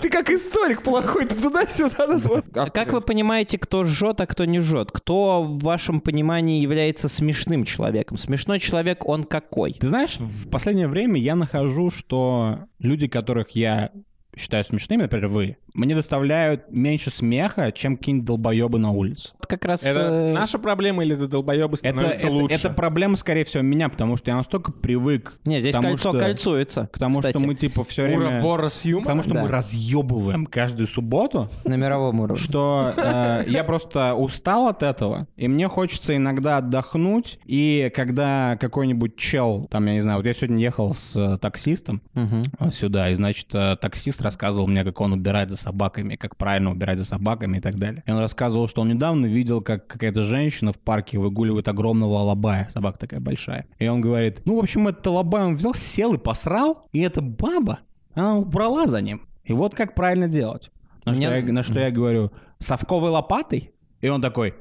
C: ты как историк плохой, ты туда-сюда назвал.
E: А Как вы понимаете, кто жжет, а кто не жжет? Кто в вашем понимании является смешным человеком? Смешной человек, он какой?
D: Ты знаешь, в последнее время я нахожу, что люди, которых я считаю смешными, например, вы, мне доставляют меньше смеха, чем какие-нибудь долбоебы на улице.
E: Это как раз...
B: Это
E: э,
B: наша проблема или это долбоебы
D: Это,
B: становятся
D: это-
B: лучше?
D: это проблема, скорее всего, меня, потому что я настолько привык
E: Не, здесь
D: к тому,
E: кольцо
D: что-
E: кольцуется.
D: к тому,
E: кстати,
D: что мы типа все время...
B: Ураборос
D: к
B: юмора?
D: тому, что
E: Да.
D: мы разъебываем каждую субботу,
E: На мировом уровне.
D: что э, я просто устал от этого, и мне хочется иногда отдохнуть, и когда какой-нибудь чел, там, я не знаю, вот я сегодня ехал с э, таксистом
E: Мгм.
D: э, сюда, и, значит, э, таксист рассказывал мне, как он убирает за собаками, как правильно убирать за собаками и так далее. И он рассказывал, что он недавно видел, как какая-то женщина в парке выгуливает огромного алабая, собака такая большая. И он говорит, ну, в общем, этот алабай, он взял, сел и посрал, и эта баба, она убрала за ним. И вот как правильно делать. На что,
E: Мне-
D: я, на что я говорю, совковой лопатой? И он такой,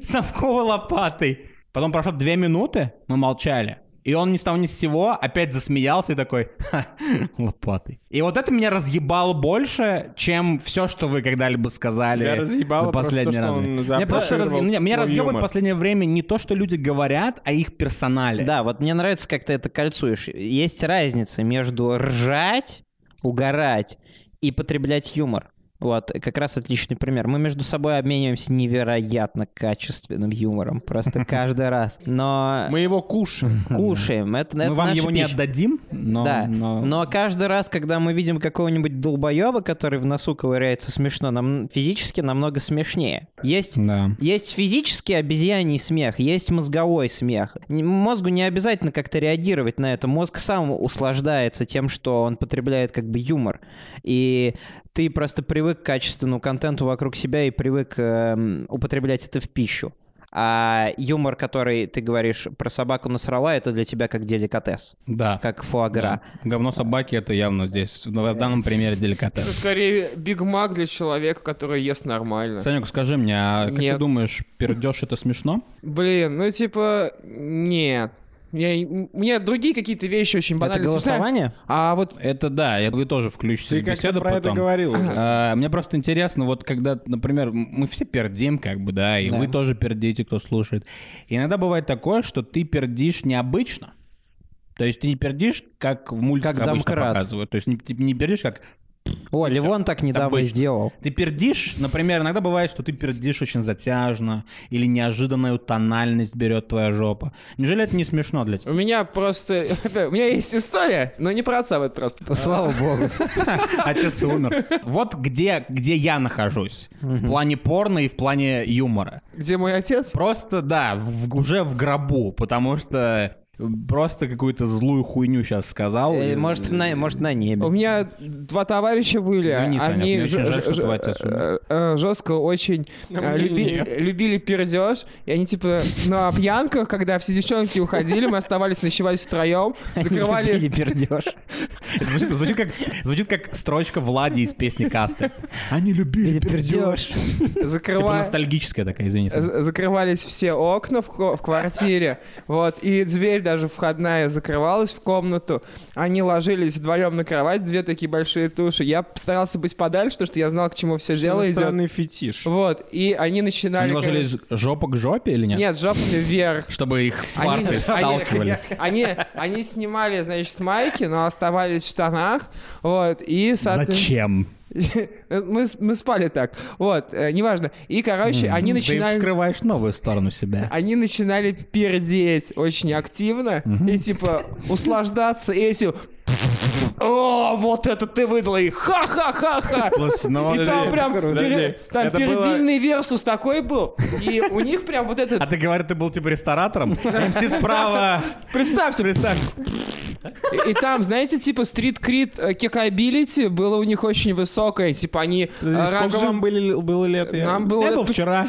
D: совковой лопатой. Потом прошло две минуты, мы молчали. И он ни с того ни с сего опять засмеялся и такой, «Ха, лопатой. И вот это меня разъебало больше, чем все, что вы когда-либо сказали.
B: Тебя разъебало
D: за
B: просто то,
D: последние
B: что
D: разы.
B: он
D: Меня просто раз-
B: заапротировал
D: Меня, меня
B: твой
D: разъебывает
B: юмор.
D: в последнее время не то, что люди говорят, а их персонали.
E: Да, вот мне нравится, как ты это кольцуешь. Есть разница между ржать, угорать и потреблять юмор. Вот, и как раз отличный пример. Мы между собой обмениваемся невероятно качественным юмором. Просто каждый раз. Но
B: Мы его кушаем.
E: кушаем. Это,
D: Мы
E: это
D: вам
E: наша
D: его не
E: пища.
D: отдадим, но...
E: да,
D: но-
E: но каждый раз, когда мы видим какого-нибудь долбоеба, который в носу ковыряется смешно, нам физически намного смешнее. Есть
D: Да.
E: есть физический обезьяний смех, есть мозговой смех. Н- Мозгу не обязательно как-то реагировать на это. Мозг сам услаждается тем, что он потребляет как бы юмор. И ты просто привык к качественному контенту вокруг себя и привык эм, употреблять это в пищу. А юмор, который ты говоришь про собаку насрала, это для тебя как деликатес,
D: Да.
E: как фуагра.
D: Да. Говно собаки это явно здесь. В данном примере
C: Это
D: деликатес.
C: скорее Биг Мак для человека, который ест нормально.
D: Санек, скажи мне, а как ты
C: Нет.
D: думаешь, пердеж это смешно?
C: Блин, ну типа, нет. Я- м- у меня другие какие-то вещи очень
E: Это
C: банально смешные.
E: голосование?
C: А вот
D: Это да, это вы тоже включите
B: Ты
D: в
B: как-то
D: беседу
B: про это
D: потом.
B: говорил уже.
D: А, Мне просто интересно, вот когда, например, м- мы все пердим, как бы, да, и
E: Да.
D: вы тоже пердите, кто слушает. Иногда бывает такое, что ты пердишь необычно. То есть ты не пердишь, как в мультиках
E: Как
D: обычно
E: домкрат.
D: показывают. То есть не, ты не пердишь, как...
E: О, Ливон так недавно
D: обычно.
E: сделал.
D: Ты пердишь, например, иногда бывает, что ты пердишь очень затяжно, или неожиданную тональность берет твоя жопа. Неужели это не смешно для тебя?
C: у меня просто... У меня есть история, но не про отца в этот раз.
E: Слава
C: А.
E: богу.
D: Отец умер. Вот где, где я нахожусь. В плане порно и в плане юмора.
C: Где мой отец?
D: Просто, да, в- уже в гробу, потому что э, просто какую-то злую хуйню сейчас сказал.
E: Э,
D: И-
E: Может, на- может, на небе.
C: А У меня два товарища были,
D: Извини, Саня,
C: они
D: мне очень
C: ж-
D: жаль, что
C: ж-
D: твой отец умер.
C: э, э, жестко очень
B: А
C: э,
B: мне
C: люби-
B: нет.
C: любили пердеж, и они типа на пьянках, когда все девчонки уходили, мы оставались ночевать втроем, закрывали
E: Или пердеж.
D: Это звучит, звучит как, звучит как строчка Влади из песни Касты. Они любили
E: Или пердеж.
D: Типа
C: закрывали...
D: ностальгическая такая, извини. Саня.
C: З- закрывались все окна в, ко- в квартире, вот, и дверь даже входная закрывалась в комнату. Они ложились вдвоем на кровать, две такие большие туши. Я старался быть подальше, потому что я знал, к чему все дело
B: Что за
C: идет.
B: странный фетиш.
C: Вот, и они начинали...
D: Они ложились жопа к жопе или нет?
C: э, Нет, жопами вверх.
D: Чтобы их
C: Они,
D: фарты сталкивались.
C: они, они, они снимали, значит, майки, но оставались в штанах, вот, и, соответственно... э,
D: Зачем?
C: Мы, с- мы спали так, вот, э, неважно. И, короче, они
D: Ты
C: начинали...
D: вскрываешь новую сторону себя.
C: они начинали пердеть очень активно и типа услаждаться этим. О, вот это ты выдала и ха-ха-ха-ха.
D: Слушай, ну
C: И
D: вот-
C: там
B: подожди,
C: прям
B: подожди.
C: пере- там
B: Это
C: передильный версус такой был, и у них прям вот
D: А
C: этот,
D: ты говоришь, ты был типа ресторатором? МС справа.
C: представься,
D: Представь.
C: и, и там, знаете, типа стрит-крит кекабилити было у них очень высокое, типа они
B: Подожди, Сколько
C: оранжевым-
B: вам были- было лет? э, Я-
C: Нам было
D: Я
C: лет
D: был
C: по-
D: вчера.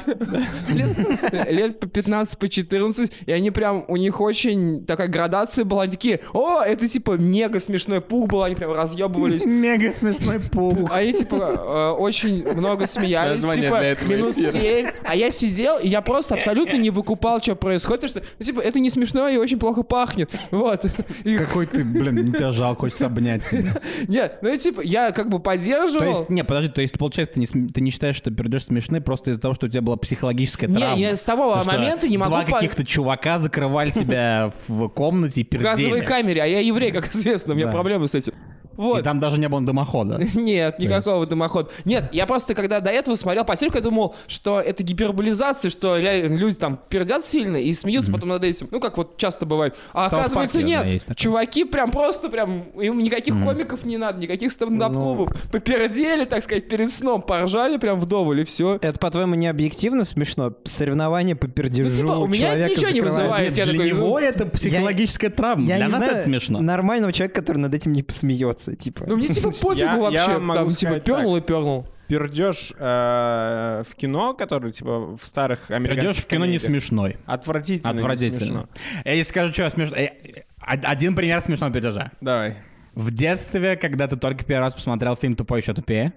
C: лет по 15, по 14, и они прям, у них очень такая градация была, они такие, о, это типа мега смешной пух был, они прям разъебывались.
D: Мега смешной пух.
C: Они, типа, э, очень много смеялись,
B: Название
C: типа,
B: для этого
C: минут
B: эфира.
C: семь. А я сидел, и я просто абсолютно не выкупал, что происходит, потому что, ну, типа, это не смешно и очень плохо пахнет. Вот. И-
D: Какой ты, блин, не тебя жалко, хочется обнять тебя.
C: нет, ну, и, типа, я как бы
D: То
C: поддерживал.
D: есть, не, подожди, то есть, получается, ты не, см- ты не считаешь, что пердеж смешны просто из-за того, что у тебя была психологическая
C: Не,
D: травма?
C: я с того
D: Потому что
C: момента не могу
D: Два
C: по-
D: каких-то чувака закрывали тебя в комнате и
C: в газовой
D: пердели.
C: камере, а я еврей, как известно, у меня
D: Да.
C: проблемы с этим.
D: И
C: Вот.
D: там даже не было дымохода.
C: Нет,
D: есть-
C: никакого дымохода. Нет, я просто, когда до этого смотрел по телеку, я думал, что это гиперболизация, что реально люди там пердят сильно и смеются потом над этим. Ну, как вот часто бывает. А
D: В Саус
C: оказывается,
D: Парке,
C: нет.
D: наверное, есть такое.
C: Чуваки прям просто прям... Им никаких комиков не надо, никаких стендап-клубов.
D: Ну.
C: Попердели, так сказать, перед сном, поржали прям вдоволь, и все.
E: Это, по-твоему, не объективно смешно? Соревнование по пердежу
C: Ну, типа, у меня
E: человека
C: ничего не
E: закрывает.
C: вызывает.
D: Нет,
C: я
D: для
C: такой,
D: него
C: ну,
D: это психологическая травма.
E: Я
D: для
E: не
D: нас
E: знаю
D: это смешно.
E: нормального человека, который над этим не посмеется, типа.
C: Ну, мне типа пофигу
B: Я- я
C: вообще.
B: вам могу
C: там, типа,
B: сказать
C: пернул и пернул.
B: Пердеж э, в кино, который типа в старых американских
D: Пердеж в кино не
B: комедиях.
D: смешной.
B: Отвратительно. не
D: Отвратительно.
B: смешно.
D: Я тебе скажу, что смешно. э, э, од- Один пример смешного пердежа.
B: Давай.
D: В детстве, когда ты только первый раз посмотрел фильм «Тупой еще тупее»,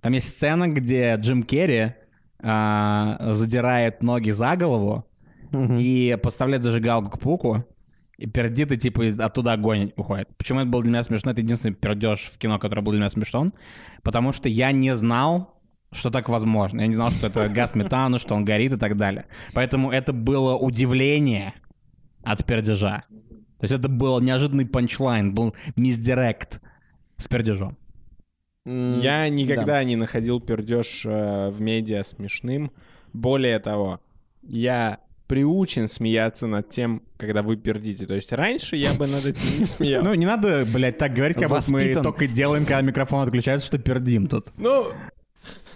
D: там есть сцена, где Джим Керри а, задирает ноги за голову и поставляет зажигалку к пуку, и пердит, и типа из- оттуда огонь уходит. Почему это было для меня смешно? Это единственный пердеж в кино, который был для меня смешон. Потому что я не знал, что так возможно. Я не знал, что это газ метана, что он горит и так далее. Поэтому это было удивление от пердежа. То есть это был неожиданный панчлайн, был мисдирект с пердежом.
E: М,
B: Я
E: да.
B: никогда не находил пердеж э, в медиа смешным. Более того, я приучен смеяться над тем, когда вы пердите. То есть раньше я бы над этим не смеялся.
D: Ну, не надо, блядь, так говорить, как будто мы
E: Воспитан.
D: только делаем, когда микрофон отключается, что пердим тут.
B: Ну,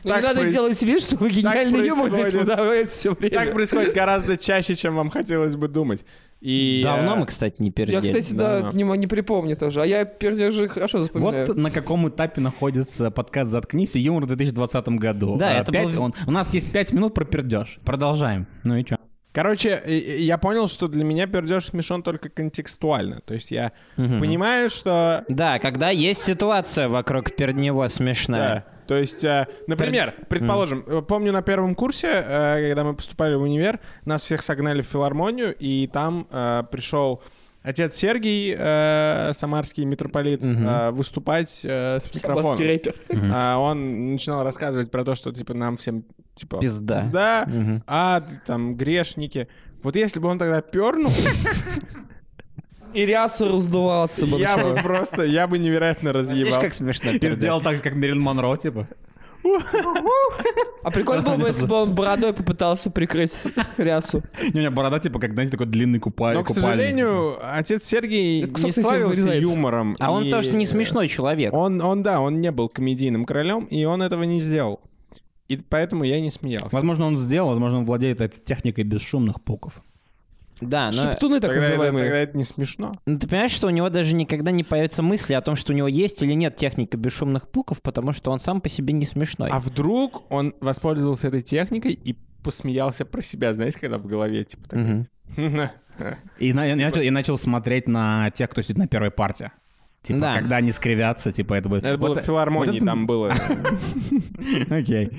C: Ну,
B: Так
C: не надо
B: проис-
C: делать вид, что вы гениальный юмор здесь
B: происходит.
C: выдаваете все время.
B: так происходит гораздо чаще, чем вам хотелось бы думать. И,
E: Давно
B: э,
E: мы, кстати, не пердели.
C: Я, кстати, да,
B: Да-да.
C: не, м- не припомню тоже. А я пердежи хорошо запоминаю.
D: Вот на каком этапе находится подкаст «Заткнись» и юмор в 2020 году.
E: Да,
D: А,
E: это
D: пять-
E: был-
D: он- У нас есть 5 минут про пердеж. Продолжаем. Ну и чё?
B: Короче, и- и я понял, что для меня пердеж смешон только контекстуально. То есть я понимаю, что...
E: Да, когда есть ситуация вокруг перднева смешная.
B: Да. То есть, э, например, предположим, э, помню на первом курсе, э, когда мы поступали в универ, нас всех согнали в филармонию, и там э, пришел отец Сергий, э, самарский митрополит, э, выступать э, с микрофоном.
C: Самарский рэпер.
B: А он начинал рассказывать про то, что типа нам всем типа
E: Пизда.
B: пизда, ад, там грешники. Вот если бы он тогда пернул,
C: И ряса раздуваться бы.
B: я бы
C: начала.
B: просто, я бы невероятно
E: Видишь,
B: разъебал.
E: как смешно
D: И
E: пердеть.
D: сделал так же, как Мерлин Монро, типа.
C: А прикольно было бы, если бы он бородой попытался прикрыть рясу.
D: Не, У меня борода, типа, как, знаете, такой длинный купаль.
B: Но, к
D: купальник.
B: сожалению, отец Сергий
C: Этот кусок
B: не
C: на себя
B: славился
C: вырезается.
B: юмором.
E: А он
B: и,
E: тоже
B: э,
E: не смешной человек.
B: Он, он, да, он не был комедийным королем, и он этого не сделал. И поэтому я не смеялся.
D: Возможно, он сделал, возможно, он владеет этой техникой бесшумных пуков.
C: Ну,
E: Да, но...
C: Шептуны так
B: Тогда это, тогда
C: называемые.
B: это не смешно.
E: Ну, ты понимаешь, что у него даже никогда не появится мысли о том, что у него есть или нет техника бесшумных пуков, потому что он сам по себе не смешной.
B: А вдруг он воспользовался этой техникой и посмеялся про себя, знаете, когда в голове, типа, так,
E: Мгм.
D: И, на- и
E: Типа
D: начал, и начал смотреть на тех, кто сидит на первой партии. Типа,
E: Да.
D: когда они скривятся, типа, это будет...
B: Это
D: Вот
B: было в филармонии,
D: вот это-
B: там было.
D: Окей.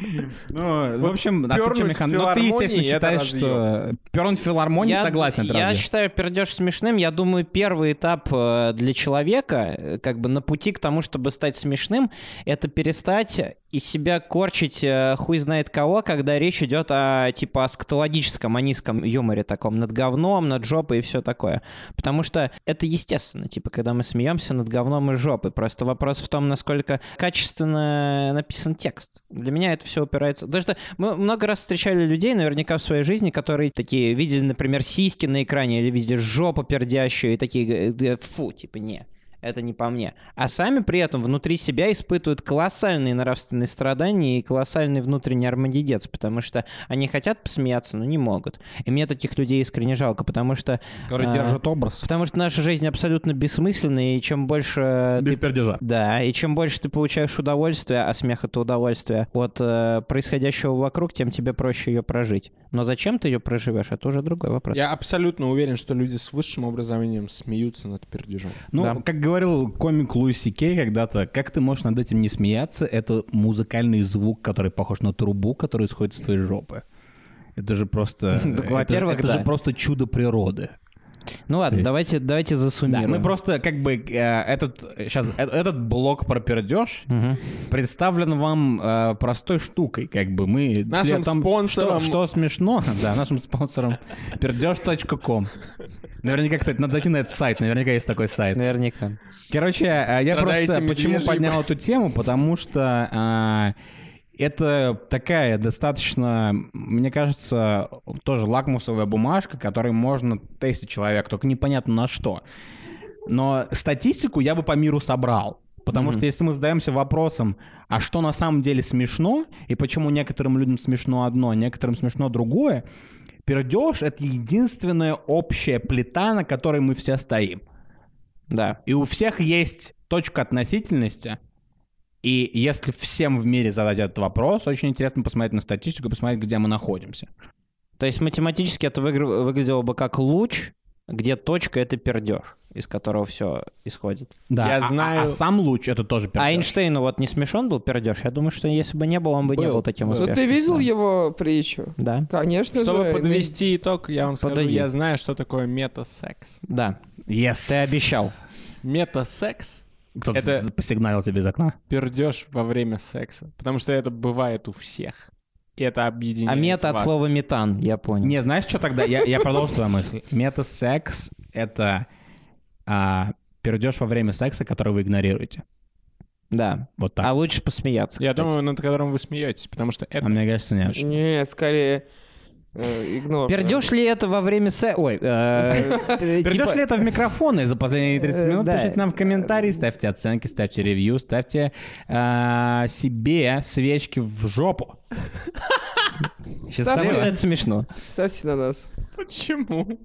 D: Ну, в общем, а ты
B: пёрнуть
D: чё,
B: в
D: Михан? Ну, ты,
B: филармонии
D: естественно,
B: это
D: считаешь, что... Перн в филармонии, согласен, это
E: я
D: разъеб.
E: считаю пердеж смешным. Я думаю, первый этап э, для человека, э, как бы на пути к тому, чтобы стать смешным, это перестать из себя корчить э, хуй знает кого, когда речь идет о типа о скатологическом, о низком юморе таком, над говном, над жопой и все такое. Потому что это естественно, типа, когда мы смеемся над говном и жопой. Просто вопрос в том, насколько качественно написан текст. Для меня это все упирается. Даже что мы много раз встречали людей, наверняка в своей жизни, которые такие видели, например, сиськи на экране или видели жопу пердящую и такие, э, э, фу, типа, не. Это не по мне. А сами при этом внутри себя испытывают колоссальные нравственные страдания и колоссальный внутренний армагедец, потому что они хотят посмеяться, но не могут. И мне таких людей искренне жалко, потому что
D: Который
E: А.
D: держит образ.
E: Потому что наша жизнь абсолютно бессмысленна, и чем больше э,
D: Без
E: ты...
D: пердежа.
E: Да, и чем больше ты получаешь удовольствие, а смех — это удовольствие, от э, происходящего вокруг, тем тебе проще ее прожить. Но зачем ты ее проживешь, это уже другой вопрос.
B: Я абсолютно уверен, что люди с высшим образованием смеются над пердежом.
D: Ну,
E: Да.
D: как говорил комик Луиси Кей когда-то, как ты можешь над этим не смеяться? Это музыкальный звук, который похож на трубу, который исходит из твоей жопы. Это же просто...
E: Ну,
D: это-
E: во-первых,
D: это,
E: да.
D: же просто чудо природы.
E: Ну ладно,
D: Есть.
E: давайте, давайте
D: Да,
E: засуммируем.
D: мы просто как бы э, этот сейчас этот блок про пердеж
E: Мгм.
D: представлен вам э, простой штукой, как бы мы
B: Нашим
D: там-
B: спонсором.
D: Что, что смешно? Да, нашим спонсором пердеж.ком. Наверняка, кстати, надо зайти на этот сайт. Наверняка есть такой сайт.
E: Наверняка.
D: Короче, э, я
B: Страдаете
D: просто почему
B: медвежьим.
D: поднял эту тему, потому что а, это такая достаточно, мне кажется, тоже лакмусовая бумажка, которой можно тестить человека, только непонятно на что. Но статистику я бы по миру собрал. Потому что если мы задаемся вопросом, а что на самом деле смешно, и почему некоторым людям смешно одно, а некоторым смешно другое, пердеж — это единственная общая плита, на которой мы все стоим.
E: Да.
D: И у всех есть точка относительности. И если всем в мире задать этот вопрос, очень интересно посмотреть на статистику, посмотреть, где мы находимся.
E: То есть математически это выгр- выглядело бы как луч, где точка — это пердеж, из которого все исходит.
D: Да,
B: Я
D: а- а-
B: знаю-
D: А, сам луч это тоже пердеж.
E: А Эйнштейну вот не смешон был пердеж? Я думаю, что если бы не был, он бы не
B: Был,
E: был таким
B: был.
E: успешным.
C: Ну ты видел
E: Да.
C: его притчу?
E: Да.
C: Конечно же.
B: Чтобы
C: ну,
B: подвести итог, я вам скажу,
E: Подожди.
B: я знаю, что такое мета-секс.
E: Да,
D: Yes.
E: ты обещал.
B: Мета-секс
D: Кто-то
B: Это-
D: с- посигналил тебе из окна.
B: пердеж во время секса, потому что это бывает у всех. И это
E: А
B: объединяет
E: мета от
B: вас.
E: слова метан, я понял.
D: Не, знаешь, что тогда? Я, я продолжу твою мысль. Мета-секс — это а, пердеж во время секса, который вы игнорируете.
E: Да.
D: Вот так.
E: А лучше посмеяться.
B: Я
E: кстати.
B: думаю, над которым вы смеетесь, потому что
D: А
B: это...
D: мне кажется, нет.
C: Нет, скорее э, игнор.
E: Пердешь ли это во время се... Ой, э,
D: Перейдешь
E: Пердешь
D: ли это в микрофон и за последние 30
E: Типа, Э,
D: минут?
E: да.
D: Пишите нам в комментарии, ставьте оценки, ставьте ревью, ставьте а, себе свечки в жопу. Сейчас
C: Ставьте.
E: Потому
D: ставлю.
E: что это смешно.
C: Ставьте на нас.
B: Почему?